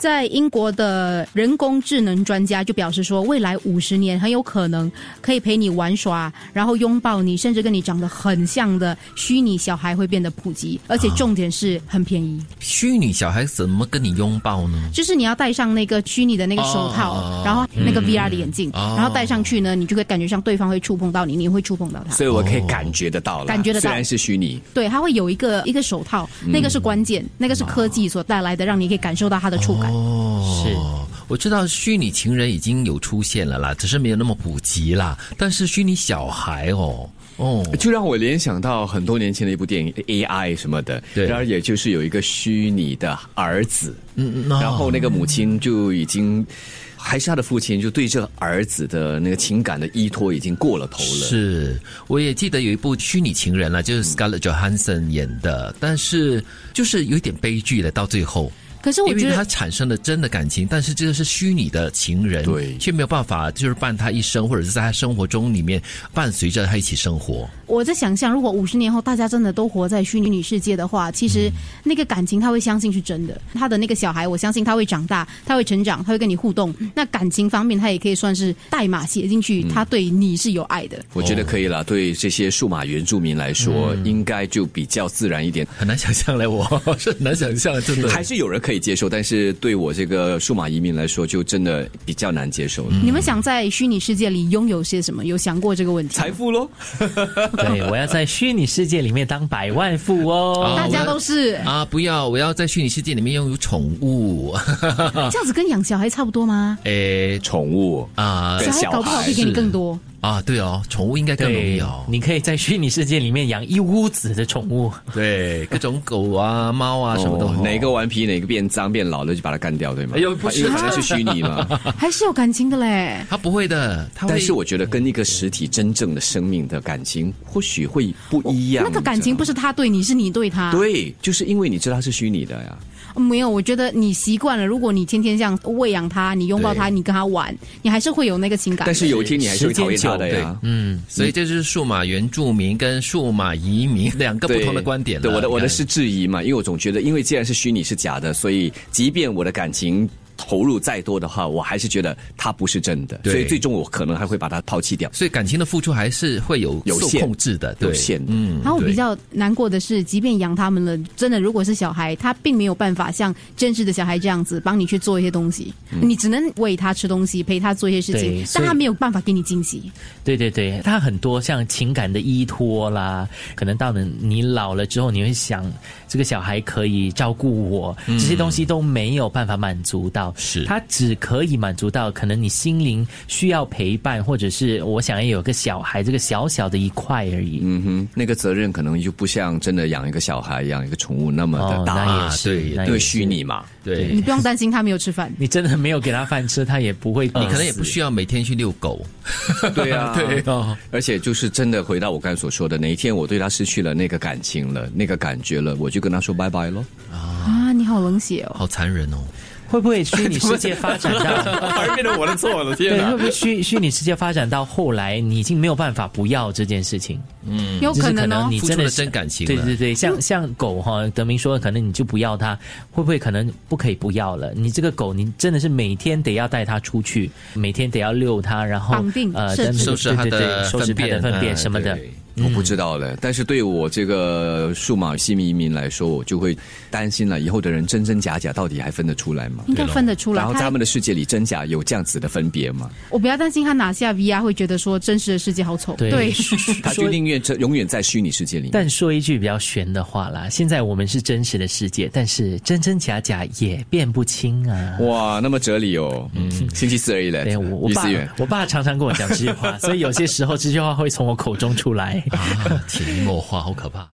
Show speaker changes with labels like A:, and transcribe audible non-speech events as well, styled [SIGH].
A: 在英国的人工智能专家就表示说，未来五十年很有可能可以陪你玩耍，然后拥抱你，甚至跟你长得很像的虚拟小孩会变得普及，而且重点是很便宜。
B: 虚拟小孩怎么跟你拥抱呢？
A: 就是你要戴上那个虚拟的那个手套，
B: 哦
A: 然后那个 VR 的眼镜，
B: 哦
A: 然后戴上去呢，你就会感觉像对方会触碰到你，你也会触碰到他。
C: 所以我可以感觉得到了，
A: 啊感觉得到
C: 虽然是虚拟，
A: 对，它会有一个一个手套，那个是关键，那个是科技所带来的，让你可以感受到它的触感。
B: 哦，是，我知道虚拟情人已经有出现了啦，只是没有那么普及啦。但是虚拟小孩哦，哦，
C: 就让我联想到很多年前的一部电影 AI 什么的，
B: 对
C: 然后也就是有一个虚拟的儿子，
B: 嗯，嗯哦
C: 然后那个母亲就已经。还是他的父亲，就对这个儿子的那个情感的依托已经过了头了。
B: 是，我也记得有一部虚拟情人啦，就是 Scarlett Johansson 演的，但是就是有一点悲剧了，到最后。
A: 可是我
B: 因
A: 觉
B: 为
A: 得
B: 他产生了真的感情，但是这个是虚拟的情人，
C: 对
B: 却没有办法就是伴他一生，或者是在他生活中里面伴随着他一起生活。
A: 我在想象，如果五十年后大家真的都活在虚拟世界的话，其实那个感情他会相信是真的。他的那个小孩，我相信他会长大，他会成长，他会跟你互动。那感情方面，他也可以算是代码写进去，他对你是有爱的。
C: 我觉得可以了。对这些数码原住民来说，
B: 嗯
C: 应该就比较自然一点。
B: 很难想象嘞，我 [LAUGHS] 是很难想象，真的。
C: 还是有人可以接受，但是对我这个数码移民来说，就真的比较难接受了。
B: 嗯
A: 你们想在虚拟世界里拥有些什么？有想过这个问题吗？
C: 财富喽，
B: [LAUGHS]
D: 对，我要在虚拟世界里面当百万富翁。
A: 大家都是
B: 啊，不要！我要在虚拟世界里面拥有宠物， [LAUGHS]
A: 这样子，跟养小孩差不多吗？
B: 诶
C: 宠物
B: 啊
C: 对
A: 小孩
C: 小
A: 搞不好可以给你
B: 孩
A: 更多。
B: 啊，对哦，宠物应该更容易
D: 对
B: 哦，。
D: 你可以在虚拟世界里面养一屋子的宠物。 [LAUGHS]
B: 对，各种狗啊、猫啊什么都
C: 哦
B: 好。
C: 哪个顽皮哪个变脏变老了就把它干掉，对吗？
B: 哎呦不是
C: 因为反正是虚拟嘛。
B: [LAUGHS]
A: 还是有感情的嘞。
B: 他不会的，他会。
C: 但是我觉得跟一个实体真正的生命的感情，或许会不一样。
A: 那个感情不
C: 是
A: 是他对你，是啊你对他。
C: 对，就是因为你知道它是虚拟的呀。
A: 没有，我觉得你习惯了。如果你天天这样喂养它，你拥抱它，
B: 对
A: 你跟它玩，你还是会有那个情感。
C: 但是有一天你还是会讨厌它的
D: 时间
C: 呀。
B: 嗯，所以这就是数码原住民跟数码移民 [LAUGHS] 两个不
C: 对
B: 同的观点了
C: 对，我的
B: 你看
C: 我的是质疑嘛，因为我总觉得，因为既然是虚拟是假的，所以即便我的感情。投入再多的话，我还是觉得它不是真的，
B: 对
C: 所以最终我可能还会把它抛弃掉。
B: 所以感情的付出还是会有
C: 有
B: 受
C: 限
B: 控制的，对
C: 有限的
B: 嗯，
A: 然后我
B: 对
A: 比较难过的是，即便养他们了，真的如果是小孩，他并没有办法像真实的小孩这样子帮你去做一些东西，你只能喂他吃东西，陪他做一些事情
D: 对，
A: 但
D: 所以
A: 他没有办法给你惊喜。
D: 对对对，它很多像情感的依托啦，可能到了你老了之后，你会想这个小孩可以照顾我，这些东西都没有办法满足到，
B: 嗯是
D: 它只可以满足到可能你心灵需要陪伴，或者是我想要有个小孩这个小小的一块而已。
C: 嗯哼，那个责任可能就不像真的养一个小孩、养一个宠物那么的
D: 哦，
C: 大，
D: 那也
B: 嗯啊对
D: 是，那也
C: 因为
D: 是。
C: 虚拟。嘛。
B: 对
A: 你。
C: 嗯
A: 不用担心他没有吃饭
D: 你真的没有给他饭吃，他也不会饿死。
B: 你可能也不需要每天去遛狗，
C: [LAUGHS] 对啊，
B: 对
D: 哦
C: 而且就是真的回到我刚才所说的，哪一天我对他失去了那个感情了、那个感觉了，我就跟他说拜拜喽。
A: 啊，你好冷血哦！
B: 好残忍哦！
D: 会不会虚拟世界发展到？
C: 反而变成我的错了，天
D: 对，！会不会虚虚拟世界发展到后来，你已经没有办法不要这件事情？
A: 有
D: 就是可
A: 能哦
D: 能，你
B: 付
D: 真
B: 出
D: 的
B: 了
D: 是
B: 真感情
D: 对
B: 了
D: 对对，像像狗哈，德明说，可能你就不要它，会不会可能不可以不要了？你这个狗，你真的是每天得要带它出去，每天得要遛它，然后
A: 绑定
D: 呃，
A: 甚
D: 真
A: 至
B: 收拾它
D: 对对
B: 的
D: 对收拾它的粪便
B: 啊
D: 什么的。
B: 对
C: 我不知道嘞，但是对我这个数码新移民来说，我就会担心了，以后的人真真假假到底还分得出来吗？
A: 应该分得嗯出来。
C: 然后在
A: 他
C: 他们的世界里，真假有这样子的分别吗？
A: 我不要担心他拿下 VR 会觉得说真实的世界好丑。
D: 对 [LAUGHS]
C: 他就宁愿这永远在虚拟世界里面。
D: 但说一句比较悬的话啦，现在我们是真实的世界，但是真真假假也辨不清啊。
C: 哇，那么哲理哦，星期四而已嘞。
D: 对我我
C: 于
D: 爸
C: 思远，
D: 我爸常常
B: [LAUGHS]
D: 跟我讲这句话，所以有些时候这句话会从我口中出来。
B: 啊，潜移默化，好可怕。